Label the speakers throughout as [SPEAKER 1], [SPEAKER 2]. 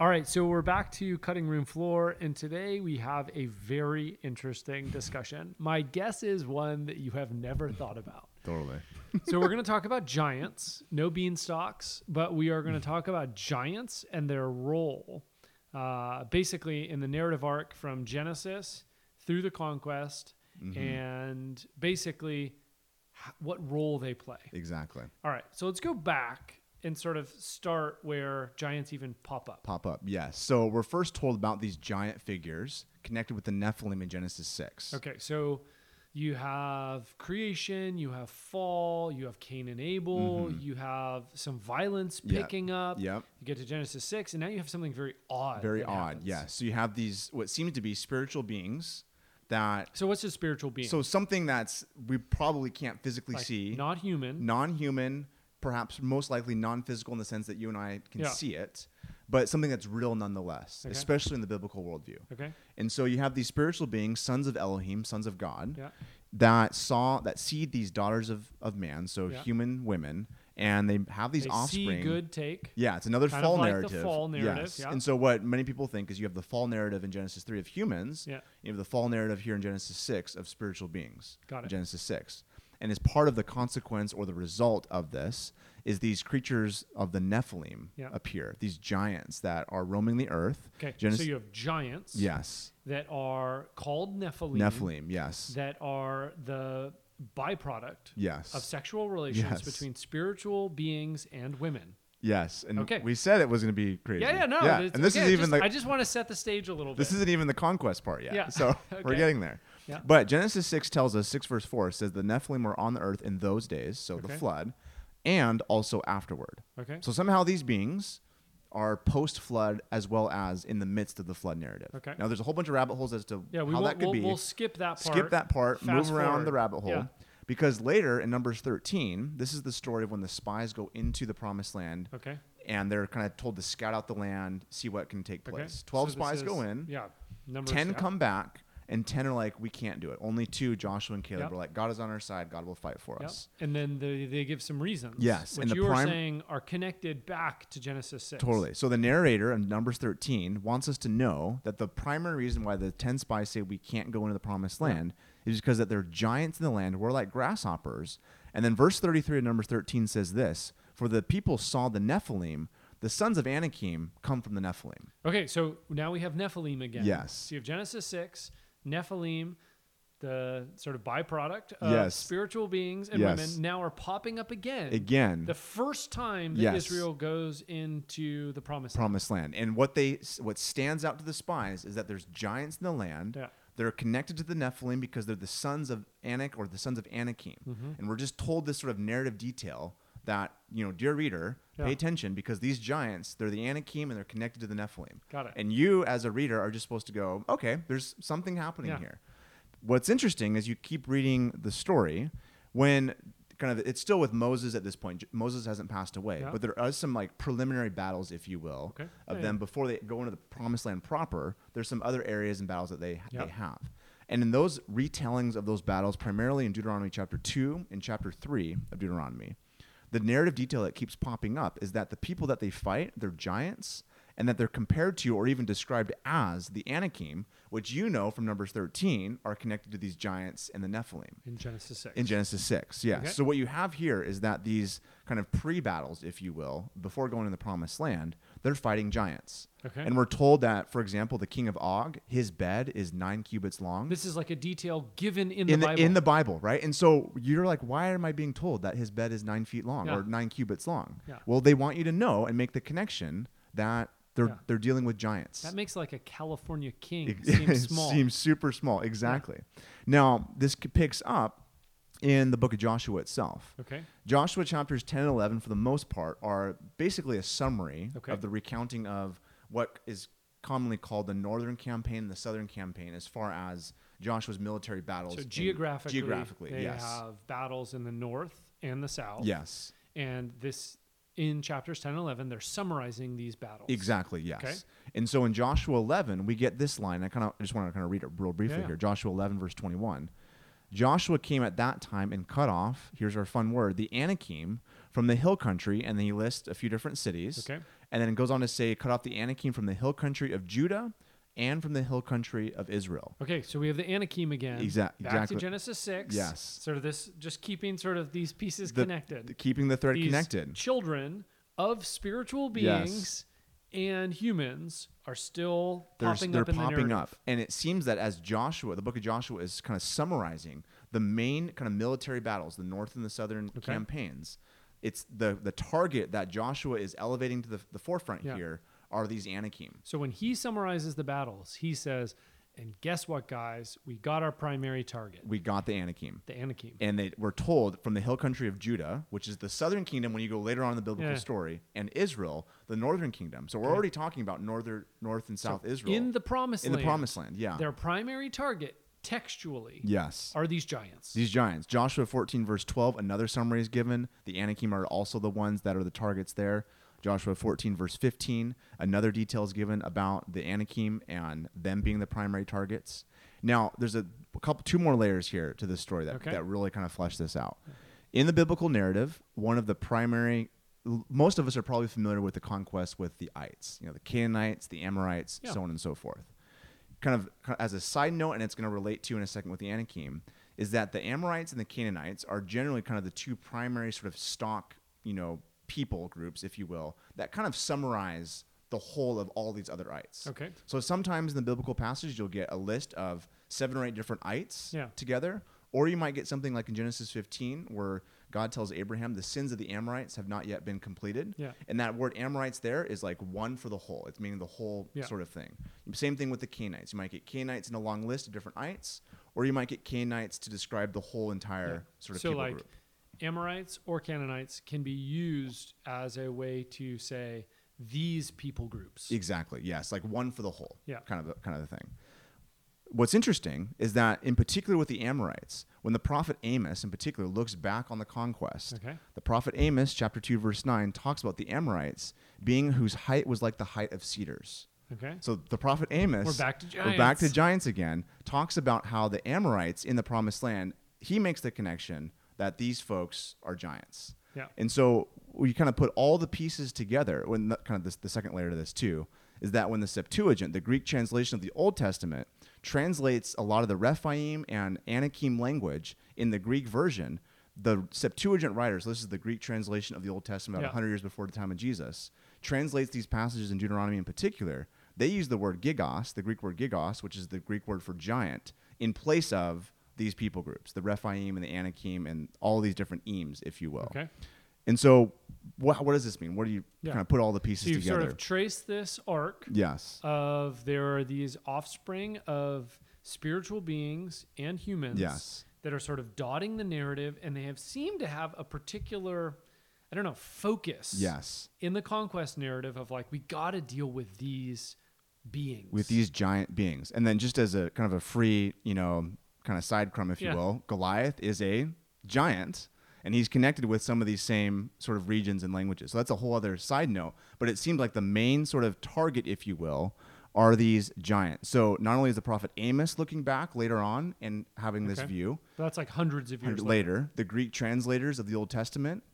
[SPEAKER 1] All right, so we're back to cutting room floor, and today we have a very interesting discussion. My guess is one that you have never thought about.
[SPEAKER 2] Totally.
[SPEAKER 1] So we're going to talk about giants, no beanstalks, but we are going to talk about giants and their role, uh, basically in the narrative arc from Genesis through the conquest, and basically h- what role they play.
[SPEAKER 2] Exactly.
[SPEAKER 1] All right, so let's go back and sort of start where giants even pop up.
[SPEAKER 2] Pop up. Yes. So we're first told about these giant figures connected with the Nephilim in Genesis 6.
[SPEAKER 1] Okay, so you have creation, you have fall, you have Cain and Abel, you have some violence
[SPEAKER 2] Mm-hmm. Yeah,
[SPEAKER 1] picking up.
[SPEAKER 2] yep.
[SPEAKER 1] You get to Genesis 6, and now you have something very odd.
[SPEAKER 2] Very
[SPEAKER 1] that
[SPEAKER 2] odd.
[SPEAKER 1] happens.
[SPEAKER 2] Yes. So you have these, what seem to be spiritual beings that,
[SPEAKER 1] So, what's a spiritual being?
[SPEAKER 2] so something that's, we probably can't physically
[SPEAKER 1] Like,
[SPEAKER 2] see,
[SPEAKER 1] Not human.
[SPEAKER 2] non human, perhaps most likely non physical in the sense that you and I can
[SPEAKER 1] Yeah.
[SPEAKER 2] see it, but something that's real nonetheless,
[SPEAKER 1] Okay.
[SPEAKER 2] especially in the biblical worldview.
[SPEAKER 1] Okay.
[SPEAKER 2] And so you have these spiritual beings, sons of Elohim, sons of God,
[SPEAKER 1] Yeah.
[SPEAKER 2] that saw that seed these daughters of, of man, so
[SPEAKER 1] Yeah.
[SPEAKER 2] human women, and they have these
[SPEAKER 1] They
[SPEAKER 2] offspring.
[SPEAKER 1] see good take.
[SPEAKER 2] Yeah, it's another
[SPEAKER 1] Kind of
[SPEAKER 2] fall
[SPEAKER 1] like the
[SPEAKER 2] narrative.
[SPEAKER 1] fall narrative,
[SPEAKER 2] Yes.
[SPEAKER 1] yeah.
[SPEAKER 2] And so what many people think is you have the fall narrative in Genesis three of humans.
[SPEAKER 1] Yeah.
[SPEAKER 2] You have the fall narrative here in Genesis six of spiritual beings.
[SPEAKER 1] Got it.
[SPEAKER 2] Genesis six. And as part of the consequence or the result of this is these creatures of the Nephilim
[SPEAKER 1] Yeah.
[SPEAKER 2] appear, these giants that are roaming the earth.
[SPEAKER 1] Okay.
[SPEAKER 2] Genesis,
[SPEAKER 1] So, you have giants
[SPEAKER 2] yes.
[SPEAKER 1] that are called Nephilim,
[SPEAKER 2] Nephilim, yes.
[SPEAKER 1] that are the byproduct
[SPEAKER 2] Yes.
[SPEAKER 1] of sexual relations
[SPEAKER 2] Yes.
[SPEAKER 1] between spiritual beings and women.
[SPEAKER 2] Yes, and
[SPEAKER 1] Okay.
[SPEAKER 2] we said it was going to be crazy.
[SPEAKER 1] Yeah, yeah, no. it's-
[SPEAKER 2] and this
[SPEAKER 1] again,
[SPEAKER 2] is even
[SPEAKER 1] just-
[SPEAKER 2] the
[SPEAKER 1] I just want to set the stage a little bit.
[SPEAKER 2] this isn't even the conquest part yet.
[SPEAKER 1] Yeah.
[SPEAKER 2] So we're
[SPEAKER 1] Okay.
[SPEAKER 2] getting there.
[SPEAKER 1] Yeah.
[SPEAKER 2] But Genesis six tells us six verse four says the Nephilim were on the earth in those days, so the
[SPEAKER 1] Okay.
[SPEAKER 2] flood, and also afterward.
[SPEAKER 1] okay.
[SPEAKER 2] So somehow these beings are post flood as well as in the midst of the flood narrative.
[SPEAKER 1] Okay.
[SPEAKER 2] Now there's a whole bunch of rabbit holes as to
[SPEAKER 1] yeah, we
[SPEAKER 2] how
[SPEAKER 1] will,
[SPEAKER 2] that could
[SPEAKER 1] we'll,
[SPEAKER 2] be.
[SPEAKER 1] we'll skip that part.
[SPEAKER 2] Skip that part, move
[SPEAKER 1] Fast
[SPEAKER 2] around the
[SPEAKER 1] forward.
[SPEAKER 2] rabbit hole.
[SPEAKER 1] Yeah.
[SPEAKER 2] Because later in Numbers 13, this is the story of when the spies go into the promised land
[SPEAKER 1] Okay.
[SPEAKER 2] and they're kind of told to scout out the land, see what can take
[SPEAKER 1] Okay.
[SPEAKER 2] place. Twelve
[SPEAKER 1] So this
[SPEAKER 2] spies go
[SPEAKER 1] is-
[SPEAKER 2] in,
[SPEAKER 1] Yeah. Number
[SPEAKER 2] ten
[SPEAKER 1] yeah.
[SPEAKER 2] come back, and ten are like, "We can't do it." Only two, Joshua and Caleb,
[SPEAKER 1] Yep.
[SPEAKER 2] were like, "God is on our side. God will fight for
[SPEAKER 1] Yep.
[SPEAKER 2] us."
[SPEAKER 1] And then they, they give some reasons.
[SPEAKER 2] Yes,
[SPEAKER 1] Which
[SPEAKER 2] and the
[SPEAKER 1] you were
[SPEAKER 2] prime-
[SPEAKER 1] saying are connected back to Genesis 6.
[SPEAKER 2] Totally. So the narrator in Numbers 13 wants us to know that the primary reason why the 10 spies say we can't go into the promised land is because that there are giants in the land we're like grasshoppers. And then verse 33 of Numbers 13 says this, "For the people saw the Nephilim, the sons of Anakim come from the Nephilim."
[SPEAKER 1] Okay, so now we have Nephilim again.
[SPEAKER 2] Yes.
[SPEAKER 1] So you have Genesis 6, Nephilim, the sort of byproduct of
[SPEAKER 2] Yes.
[SPEAKER 1] spiritual beings and
[SPEAKER 2] Yes.
[SPEAKER 1] women now are popping up again.
[SPEAKER 2] Again,
[SPEAKER 1] The first time that
[SPEAKER 2] Yes.
[SPEAKER 1] Israel goes into the promised land.
[SPEAKER 2] promised land. And what they what stands out to the spies is that there's giants in the land.
[SPEAKER 1] Yeah.
[SPEAKER 2] They're connected to the Nephilim because they're the sons of Anak or the sons of Anakim.
[SPEAKER 1] Mm-hmm.
[SPEAKER 2] And we're just told this sort of narrative detail that, you know, dear reader,
[SPEAKER 1] Yeah.
[SPEAKER 2] pay attention because these giants, they're the Anakim and they're connected to the Nephilim.
[SPEAKER 1] Got it.
[SPEAKER 2] And you as a reader are just supposed to go, okay, there's something happening
[SPEAKER 1] Yeah.
[SPEAKER 2] here. What's interesting is you keep reading the story when kind of it's still with Moses at this point. J- Moses hasn't passed away,
[SPEAKER 1] Yeah.
[SPEAKER 2] but there are some like preliminary battles, if you will,
[SPEAKER 1] Okay.
[SPEAKER 2] of
[SPEAKER 1] Yeah,
[SPEAKER 2] them before they go into the promised land proper. There's some other areas and battles that they
[SPEAKER 1] Yep.
[SPEAKER 2] they have. And in those retellings of those battles, primarily in Deuteronomy chapter 2 and chapter 3 of Deuteronomy, the narrative detail that keeps popping up is that the people that they fight, they're giants, and that they're compared to or even described as the Anakim, which you know from Numbers 13 are connected to these giants and the Nephilim
[SPEAKER 1] in Genesis 6.
[SPEAKER 2] in Genesis 6. Yeah.
[SPEAKER 1] Okay.
[SPEAKER 2] So what you have here is that these kind of pre-battles, if you will, before going to the promised land, they're fighting giants.
[SPEAKER 1] Okay.
[SPEAKER 2] And we're told that, for example, the king of Og, his bed is nine cubits long.
[SPEAKER 1] this is like a detail given in,
[SPEAKER 2] in
[SPEAKER 1] the
[SPEAKER 2] the,
[SPEAKER 1] Bible.
[SPEAKER 2] in the Bible, right? And so you're like, why am I being told that his bed is nine feet long
[SPEAKER 1] Yeah.
[SPEAKER 2] or nine cubits long?
[SPEAKER 1] Yeah.
[SPEAKER 2] Well, they want you to know and make the connection that they're
[SPEAKER 1] Yeah.
[SPEAKER 2] they're dealing with giants.
[SPEAKER 1] that makes like a California king
[SPEAKER 2] It-
[SPEAKER 1] seem
[SPEAKER 2] it
[SPEAKER 1] small.
[SPEAKER 2] seems super small. Exactly. Now, this c- picks up in the book of Joshua itself.
[SPEAKER 1] Okay.
[SPEAKER 2] Joshua chapters 10 and 11, for the most part, are basically a summary
[SPEAKER 1] Okay.
[SPEAKER 2] of the recounting of what is commonly called the Northern Campaign and the Southern Campaign as far as Joshua's military battles.
[SPEAKER 1] So
[SPEAKER 2] in-
[SPEAKER 1] geographically,
[SPEAKER 2] geographically,
[SPEAKER 1] they
[SPEAKER 2] yes.
[SPEAKER 1] have battles in the north and the south.
[SPEAKER 2] Yes.
[SPEAKER 1] And this in chapters 10 and 11 they're summarizing these battles.
[SPEAKER 2] Exactly. Yes.
[SPEAKER 1] Okay.
[SPEAKER 2] And so in Joshua 11, we get this line. I kind of just want to kind of read it real briefly
[SPEAKER 1] Yeah, yeah.
[SPEAKER 2] here. Joshua 11 verse 21. Joshua came at that time and cut off. Here's our fun word: the Anakim from the hill country, and then he lists a few different cities.
[SPEAKER 1] Okay.
[SPEAKER 2] And then it goes on to say, cut off the Anakim from the hill country of Judah and from the hill country of Israel.
[SPEAKER 1] Okay, so we have the Anakim again.
[SPEAKER 2] Exact-
[SPEAKER 1] Back
[SPEAKER 2] exactly.
[SPEAKER 1] to Genesis six.
[SPEAKER 2] Yes.
[SPEAKER 1] Sort of this, just keeping sort of these pieces
[SPEAKER 2] The-
[SPEAKER 1] connected.
[SPEAKER 2] Keeping the thread
[SPEAKER 1] These
[SPEAKER 2] connected.
[SPEAKER 1] Children of spiritual
[SPEAKER 2] Yes.
[SPEAKER 1] beings and humans are still
[SPEAKER 2] They're,
[SPEAKER 1] popping
[SPEAKER 2] they're
[SPEAKER 1] up. in the
[SPEAKER 2] popping
[SPEAKER 1] narrative.
[SPEAKER 2] up. And it seems that as Joshua, the book of Joshua is kind of summarizing the main kind of military battles, the north and the southern
[SPEAKER 1] Okay.
[SPEAKER 2] campaigns. It's the, the target that Joshua is elevating to the, the forefront
[SPEAKER 1] Yeah.
[SPEAKER 2] here are these Anakim.
[SPEAKER 1] So when he summarizes the battles, he says, "And guess what, guys? We got our primary target,
[SPEAKER 2] We got the Anakim.
[SPEAKER 1] the Anakim."
[SPEAKER 2] and they were told from the hill country of Judah, which is the southern kingdom when you go later on in the biblical
[SPEAKER 1] Yeah.
[SPEAKER 2] story, and Israel, the northern kingdom. So we're already talking about northern, north and south Israel
[SPEAKER 1] in the promised
[SPEAKER 2] in the
[SPEAKER 1] land,
[SPEAKER 2] promised land. Yeah.
[SPEAKER 1] their primary target textually
[SPEAKER 2] yes.
[SPEAKER 1] are these giants.
[SPEAKER 2] These giants. Joshua 14 verse 12, another summary is given. The Anakim are also the ones that are the targets there. Joshua 14 verse 15, another detail is given about the Anakim and them being the primary targets. Now, there's a couple two more layers here to this story that
[SPEAKER 1] Okay.
[SPEAKER 2] that really kind of flesh this out. In the biblical narrative, one of the primary l- most of us are probably familiar with the conquest with the ites, you know, the Canaanites, the Amorites,
[SPEAKER 1] Yeah.
[SPEAKER 2] so on and so forth kind of kind of as a side note, and it's going to relate to in a second with the Anakim, is that the Amorites and the Canaanites are generally kind of the two primary sort of stock, you know, people groups, if you will, that kind of summarize the whole of all these other ites.
[SPEAKER 1] Okay.
[SPEAKER 2] So sometimes in the biblical passage, you'll get a list of seven or eight different ites
[SPEAKER 1] Yeah.
[SPEAKER 2] together, or you might get something like in Genesis 15, where God tells Abraham the sins of the Amorites have not yet been completed.
[SPEAKER 1] Yeah.
[SPEAKER 2] And that word Amorites there is like one for the whole. It's meaning the whole
[SPEAKER 1] Yeah.
[SPEAKER 2] sort of thing. Same thing with the Canaanites. You might get Canaanites in a long list of different ites, or you might get Canaanites to describe the whole entire sort of
[SPEAKER 1] so
[SPEAKER 2] people
[SPEAKER 1] like
[SPEAKER 2] group.
[SPEAKER 1] Amorites or Canaanites can be used as a way to say these people groups.
[SPEAKER 2] Exactly. Yes, like one for the whole.
[SPEAKER 1] Yeah.
[SPEAKER 2] Kind of a, kind of a thing. What's interesting is that in particular with the Amorites, when the prophet Amos in particular looks back on the conquest,
[SPEAKER 1] Okay.
[SPEAKER 2] the prophet Amos chapter 2 verse 9 talks about the Amorites being whose height was like the height of cedars.
[SPEAKER 1] Okay.
[SPEAKER 2] So the prophet Amos,
[SPEAKER 1] We're back to
[SPEAKER 2] We're back to
[SPEAKER 1] giants.
[SPEAKER 2] giants again. Talks about how the Amorites in the Promised Land. He makes the connection that these folks are giants.
[SPEAKER 1] Yeah.
[SPEAKER 2] And so we kind of put all the pieces together. When the, kind of this, the second layer to this too is that when the Septuagint, the Greek translation of the Old Testament, translates a lot of the Rephaim and Anakim language in the Greek version. The Septuagint writers, this is the Greek translation of the Old Testament about
[SPEAKER 1] Yeah.
[SPEAKER 2] 100 years before the time of Jesus, translates these passages in Deuteronomy in particular, they use the word gigos, the Greek word gigos, which is the Greek word for giant, in place of these people groups, the Rephaim and the Anakim and all these different ems, if you will.
[SPEAKER 1] Okay.
[SPEAKER 2] And so, what, what does this mean? What do you
[SPEAKER 1] Yeah.
[SPEAKER 2] kind of put all the pieces
[SPEAKER 1] So you've
[SPEAKER 2] together?
[SPEAKER 1] sort of Uh, traced this arc
[SPEAKER 2] yes.
[SPEAKER 1] of there are these offspring of spiritual beings and humans
[SPEAKER 2] Yes.
[SPEAKER 1] that are sort of dotting the narrative and they have seemed to have a particular I don't know focus
[SPEAKER 2] Yes.
[SPEAKER 1] in the conquest narrative of like we got to deal with these beings
[SPEAKER 2] With these giant beings. And then, just as a kind of a free, you know, kind of side crumb, if
[SPEAKER 1] Yeah.
[SPEAKER 2] you will, Goliath is a giant. And he's connected with some of these same sort of regions and languages. So that's a whole other side note. But it seems like the main sort of target, if you will, are these giants. So not only is the prophet Amos looking back later on and having this
[SPEAKER 1] Okay.
[SPEAKER 2] view,
[SPEAKER 1] that's like hundreds of years
[SPEAKER 2] later, the Greek translators of the Old Testament,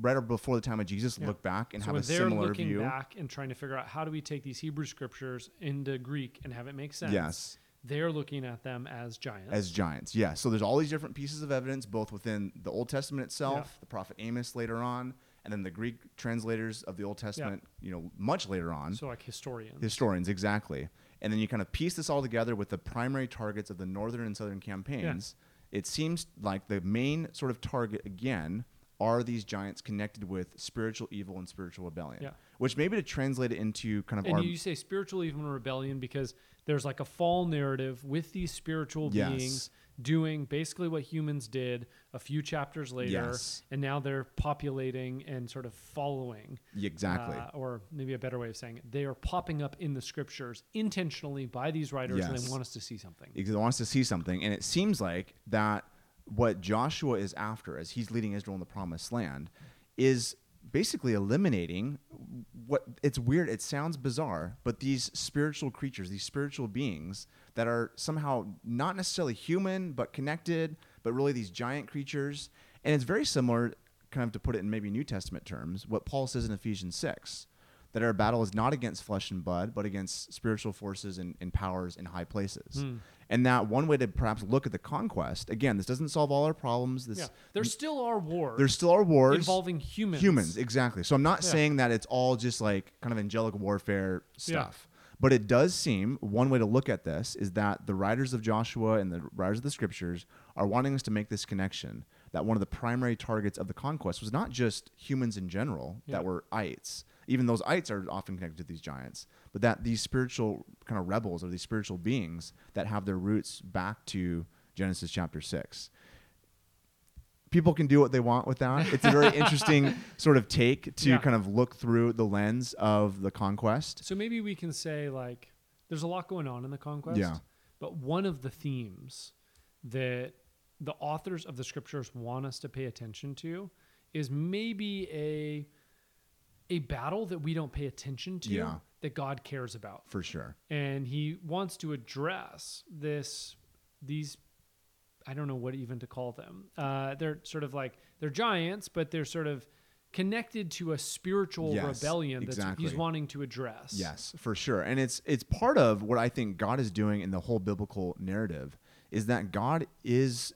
[SPEAKER 2] right or before the time of Jesus,
[SPEAKER 1] Yeah.
[SPEAKER 2] look back and
[SPEAKER 1] So
[SPEAKER 2] have
[SPEAKER 1] when
[SPEAKER 2] a
[SPEAKER 1] they're
[SPEAKER 2] similar
[SPEAKER 1] looking
[SPEAKER 2] view.
[SPEAKER 1] back and trying to figure out how do we take these Hebrew scriptures into Greek and have it make sense.
[SPEAKER 2] Yes.
[SPEAKER 1] They're looking at them as giants.
[SPEAKER 2] as giants. Yeah. So there's all these different pieces of evidence, both within the Old Testament itself,
[SPEAKER 1] Yeah.
[SPEAKER 2] the prophet Amos later on, and then the Greek translators of the Old Testament, you know, much later on.
[SPEAKER 1] so like historians.
[SPEAKER 2] historians, exactly. And then you kind of piece this all together with the primary targets of the northern and southern campaigns. It seems like the main sort of target again are these giants connected with spiritual evil and spiritual rebellion.
[SPEAKER 1] Yeah.
[SPEAKER 2] Which maybe to translate it into kind of
[SPEAKER 1] and
[SPEAKER 2] our
[SPEAKER 1] you say spiritual even rebellion because there's like a fall narrative with these spiritual
[SPEAKER 2] Yes.
[SPEAKER 1] beings doing basically what humans did a few chapters later
[SPEAKER 2] Yes.
[SPEAKER 1] and now they're populating and sort of following
[SPEAKER 2] exactly.
[SPEAKER 1] uh, or maybe a better way of saying it they are popping up in the scriptures intentionally by these writers and they
[SPEAKER 2] Yes.
[SPEAKER 1] want us to see something
[SPEAKER 2] because he wants to see something. And it seems like that what Joshua is after as he's leading Israel in the promised land is basically eliminating what it's weird, it sounds bizarre, but these spiritual creatures, these spiritual beings that are somehow not necessarily human but connected, but really these giant creatures. And it's very similar, kind of to put it in maybe New Testament terms, what Paul says in Ephesians 6 that our battle is not against flesh and blood, but against spiritual forces and, and powers in high places.
[SPEAKER 1] Hmm.
[SPEAKER 2] And that one way to perhaps look at the conquest, again, this doesn't solve all our problems. This
[SPEAKER 1] Yeah. There still are wars
[SPEAKER 2] there's still our wars
[SPEAKER 1] involving humans.
[SPEAKER 2] humans exactly so i'm not
[SPEAKER 1] Yeah.
[SPEAKER 2] saying that it's all just like kind of angelic warfare stuff but it does seem one way to look at this is that the writers of joshua and the writers of the scriptures are wanting us to make this connection that one of the primary targets of the conquest was not just humans in general
[SPEAKER 1] Yeah.
[SPEAKER 2] that were ites even those ites are often connected to these giants but that these spiritual kind of rebels or these spiritual beings that have their roots back to genesis chapter 6 people can do what they want with that. It's a very interesting sort of take to
[SPEAKER 1] Yeah.
[SPEAKER 2] kind of look through the lens of the conquest.
[SPEAKER 1] So maybe we can say like there's a lot going on in the conquest.
[SPEAKER 2] Yeah.
[SPEAKER 1] But one of the themes that the authors of the scriptures want us to pay attention to is maybe a a battle that we don't pay attention to
[SPEAKER 2] Yeah.
[SPEAKER 1] that God cares about.
[SPEAKER 2] For sure.
[SPEAKER 1] And he wants to address this these I don't know what even to call them. Uh, they're sort of like they're giants, but they're sort of connected to a spiritual
[SPEAKER 2] Yes,
[SPEAKER 1] rebellion that he's
[SPEAKER 2] exactly.
[SPEAKER 1] wanting to address.
[SPEAKER 2] Yes, for sure. And it's it's part of what I think God is doing in the whole biblical narrative is that God is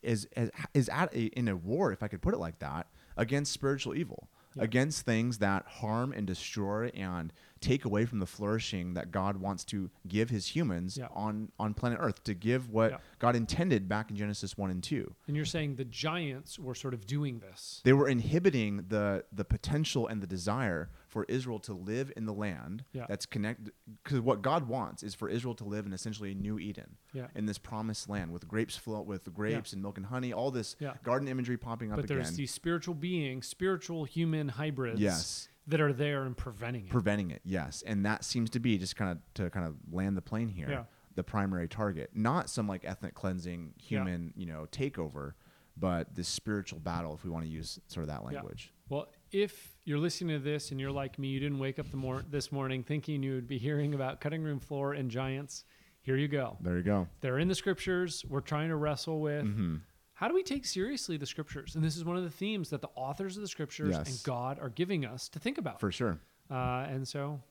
[SPEAKER 2] is is- is at a, in a war, if I could put it like that, against spiritual evil, against things that harm and destroy and take away from the flourishing that God wants to give His humans
[SPEAKER 1] Yeah.
[SPEAKER 2] on on planet Earth to give what
[SPEAKER 1] Yeah.
[SPEAKER 2] God intended back in Genesis one and two.
[SPEAKER 1] And you're saying the giants were sort of doing this.
[SPEAKER 2] They were inhibiting the the potential and the desire for Israel to live in the land
[SPEAKER 1] Yeah.
[SPEAKER 2] that's connected. Because what God wants is for Israel to live in essentially a new Eden,
[SPEAKER 1] Yeah.
[SPEAKER 2] in this promised land with grapes flow with grapes and milk and honey, all this
[SPEAKER 1] Yeah.
[SPEAKER 2] garden imagery popping up
[SPEAKER 1] But
[SPEAKER 2] again,
[SPEAKER 1] there's these spiritual beings, spiritual human hybrids
[SPEAKER 2] Yes.
[SPEAKER 1] that are there and preventing it.
[SPEAKER 2] preventing it. Yes, and that seems to be just kind of to kind of land the plane here,
[SPEAKER 1] Yeah.
[SPEAKER 2] the primary target, not some like ethnic cleansing, human you know takeover, but this spiritual battle, if we want to use sort of that
[SPEAKER 1] Yeah.
[SPEAKER 2] language.
[SPEAKER 1] Well, if you're listening to this and you're like me, you didn't wake up the mor- this morning thinking you would be hearing about cutting room floor and giants, here you go.
[SPEAKER 2] There you go.
[SPEAKER 1] They're in the scriptures. We're trying to wrestle with
[SPEAKER 2] Mm-hmm.
[SPEAKER 1] how do we take seriously the scriptures? And this is one of the themes that the authors of the scriptures
[SPEAKER 2] Yes.
[SPEAKER 1] and God are giving us to think about.
[SPEAKER 2] For sure.
[SPEAKER 1] uh, and so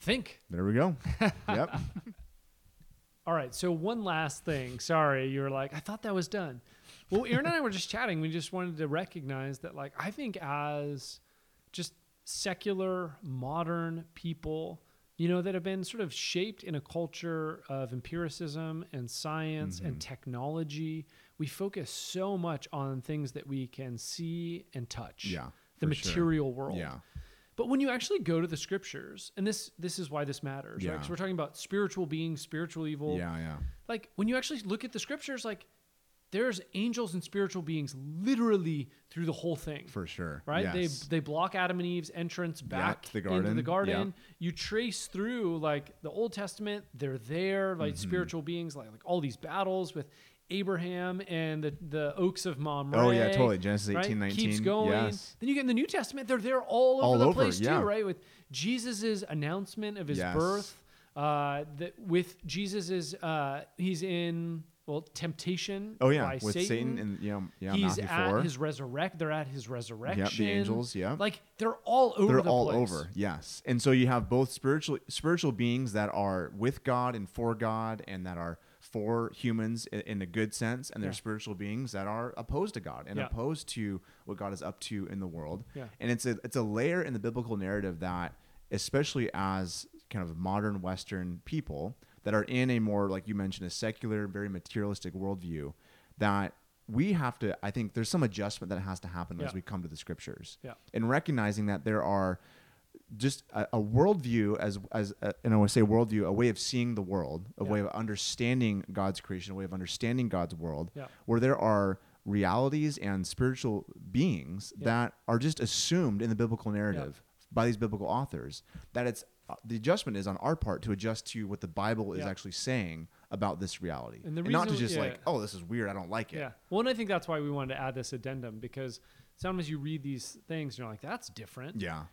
[SPEAKER 1] think.
[SPEAKER 2] There we go. yep.
[SPEAKER 1] All right. So one last thing. Sorry, you were like, I thought that was done. Well, Aaron and I were just chatting. We just wanted to recognize that, like, I think as just secular, modern people, you know, that have been sort of shaped in a culture of empiricism and science
[SPEAKER 2] Mm-hmm.
[SPEAKER 1] and technology, we focus so much on things that we can see and touch.
[SPEAKER 2] Yeah,
[SPEAKER 1] The
[SPEAKER 2] for sure.
[SPEAKER 1] material world.
[SPEAKER 2] Yeah.
[SPEAKER 1] But when you actually go to the scriptures, and this this is why this matters, right?
[SPEAKER 2] Yeah.
[SPEAKER 1] Because we're talking about spiritual beings, spiritual evil,
[SPEAKER 2] Yeah, yeah.
[SPEAKER 1] like when you actually look at the scriptures like there's angels and spiritual beings literally through the whole thing
[SPEAKER 2] For sure.
[SPEAKER 1] right
[SPEAKER 2] Yes.
[SPEAKER 1] they they block adam and eve's entrance back
[SPEAKER 2] the
[SPEAKER 1] into the
[SPEAKER 2] garden. Yeah.
[SPEAKER 1] garden you trace through like the old testament they're there like
[SPEAKER 2] Mm-hmm.
[SPEAKER 1] spiritual beings like like all these battles with abraham and the the oaks of mamre
[SPEAKER 2] Oh, yeah, totally. Genesis
[SPEAKER 1] right?
[SPEAKER 2] 18,
[SPEAKER 1] keeps
[SPEAKER 2] 19.
[SPEAKER 1] going
[SPEAKER 2] Yes.
[SPEAKER 1] then you get in the new testament they're there all over
[SPEAKER 2] All
[SPEAKER 1] the
[SPEAKER 2] over,
[SPEAKER 1] place
[SPEAKER 2] yeah.
[SPEAKER 1] too right with jesus's announcement of his
[SPEAKER 2] Yes.
[SPEAKER 1] birth uh, that with Jesus is uh, he's in well temptation.
[SPEAKER 2] oh yeah,
[SPEAKER 1] by
[SPEAKER 2] with Satan,
[SPEAKER 1] Satan
[SPEAKER 2] and yeah, yeah,
[SPEAKER 1] he's
[SPEAKER 2] Matthew
[SPEAKER 1] at
[SPEAKER 2] four.
[SPEAKER 1] his resurrect. They're at his resurrection.
[SPEAKER 2] angels, yeah.
[SPEAKER 1] like they're all over.
[SPEAKER 2] They're
[SPEAKER 1] the
[SPEAKER 2] all
[SPEAKER 1] place.
[SPEAKER 2] over. Yes. And so you have both spiritual spiritual beings that are with God and for God and that are for humans in, in a good sense and
[SPEAKER 1] Yeah.
[SPEAKER 2] they're spiritual beings that are opposed to God and
[SPEAKER 1] Yeah.
[SPEAKER 2] opposed to what God is up to in the world.
[SPEAKER 1] Yeah.
[SPEAKER 2] And it's a it's a layer in the biblical narrative that especially as kind of modern western people that are in a more like you mentioned a secular very materialistic worldview that we have to i think there's some adjustment that has to happen
[SPEAKER 1] Yeah.
[SPEAKER 2] as we come to the scriptures
[SPEAKER 1] Yeah.
[SPEAKER 2] and recognizing that there are just a, a worldview as as a, and I want to say worldview, a way of seeing the world, a way
[SPEAKER 1] Yeah.
[SPEAKER 2] of understanding God's creation, a way of understanding God's world,
[SPEAKER 1] Yeah.
[SPEAKER 2] where there are realities and spiritual beings
[SPEAKER 1] Yeah.
[SPEAKER 2] that are just assumed in the biblical narrative by these biblical authors. That it's uh, the adjustment is on our part to adjust to what the Bible is
[SPEAKER 1] Yeah.
[SPEAKER 2] actually saying about this reality,
[SPEAKER 1] And the
[SPEAKER 2] not to
[SPEAKER 1] reason-
[SPEAKER 2] just
[SPEAKER 1] yeah.
[SPEAKER 2] like, oh, this is weird, I don't like it.
[SPEAKER 1] Yeah. Well, and I think that's why we wanted to add this addendum because sometimes you read these things and you're like, that's different.
[SPEAKER 2] yeah,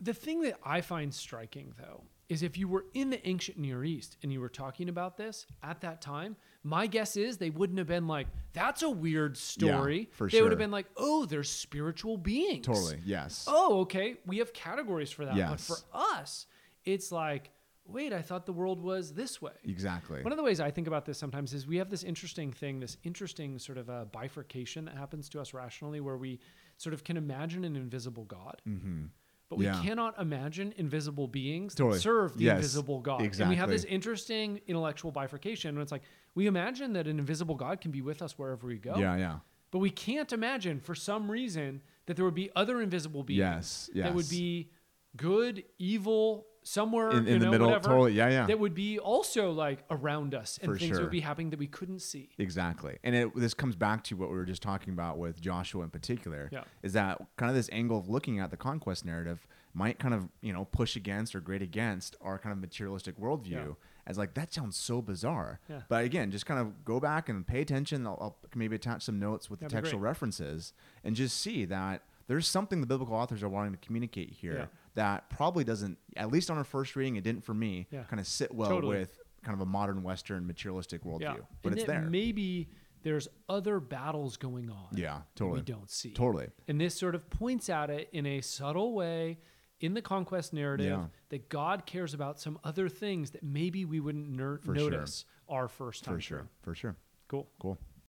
[SPEAKER 1] The thing that I find striking though is if you were in the ancient Near East and you were talking about this at that time, my guess is they wouldn't have been like, "That's a weird story."
[SPEAKER 2] for
[SPEAKER 1] they would
[SPEAKER 2] sure.
[SPEAKER 1] have been like, "Oh, there's spiritual beings."
[SPEAKER 2] Totally. Yes.
[SPEAKER 1] Oh, okay. We have categories for that. But
[SPEAKER 2] Yes.
[SPEAKER 1] for us, it's like, wait, I thought the world was this way.
[SPEAKER 2] Exactly.
[SPEAKER 1] One of the ways I think about this sometimes is we have this interesting thing, this interesting sort of uh bifurcation that happens to us rationally where we sort of can imagine an invisible God. But we
[SPEAKER 2] Mm-hmm. Yeah.
[SPEAKER 1] cannot imagine invisible beings
[SPEAKER 2] Totally.
[SPEAKER 1] that serve the
[SPEAKER 2] Yes,
[SPEAKER 1] invisible God. And we have
[SPEAKER 2] exactly.
[SPEAKER 1] this interesting intellectual bifurcation when it's like, we imagine that an invisible God can be with us wherever we go.
[SPEAKER 2] Yeah. Yeah.
[SPEAKER 1] But we can't imagine for some reason that there would be other invisible beings
[SPEAKER 2] Yes,
[SPEAKER 1] that would
[SPEAKER 2] yes.
[SPEAKER 1] be good, evil, somewhere
[SPEAKER 2] In-
[SPEAKER 1] you
[SPEAKER 2] in the
[SPEAKER 1] know,
[SPEAKER 2] middle,
[SPEAKER 1] whatever,
[SPEAKER 2] totally, yeah, yeah.
[SPEAKER 1] That would be also like around us and
[SPEAKER 2] For
[SPEAKER 1] things
[SPEAKER 2] sure.
[SPEAKER 1] would be happening that we couldn't see.
[SPEAKER 2] Exactly. And it, this comes back to what we were just talking about with Joshua in particular.
[SPEAKER 1] Yeah.
[SPEAKER 2] Is that kind of this angle of looking at the conquest narrative might kind of, you know, push against or grade against our kind of materialistic worldview
[SPEAKER 1] Yeah.
[SPEAKER 2] as like, that sounds so bizarre.
[SPEAKER 1] Yeah.
[SPEAKER 2] But again, just kind of go back and pay attention. I'll, I'll maybe attach some notes with
[SPEAKER 1] That'd
[SPEAKER 2] the
[SPEAKER 1] be
[SPEAKER 2] textual
[SPEAKER 1] great.
[SPEAKER 2] references and just see that there's something the biblical authors are wanting to communicate here
[SPEAKER 1] Yeah.
[SPEAKER 2] that probably doesn't, at least on our first reading, it didn't for me,
[SPEAKER 1] Yeah.
[SPEAKER 2] kind of sit well
[SPEAKER 1] Totally.
[SPEAKER 2] with kind of a modern Western materialistic worldview.
[SPEAKER 1] Yeah.
[SPEAKER 2] But
[SPEAKER 1] and
[SPEAKER 2] it's
[SPEAKER 1] that
[SPEAKER 2] there.
[SPEAKER 1] maybe there's other battles going on.
[SPEAKER 2] Yeah,
[SPEAKER 1] that
[SPEAKER 2] totally.
[SPEAKER 1] We don't see.
[SPEAKER 2] Totally.
[SPEAKER 1] And this sort of points at it in a subtle way in the conquest narrative
[SPEAKER 2] Yeah.
[SPEAKER 1] that God cares about some other things that maybe we wouldn't ner-
[SPEAKER 2] For sure.
[SPEAKER 1] notice our first time.
[SPEAKER 2] For sure.
[SPEAKER 1] through.
[SPEAKER 2] For sure.
[SPEAKER 1] Cool.
[SPEAKER 2] Cool.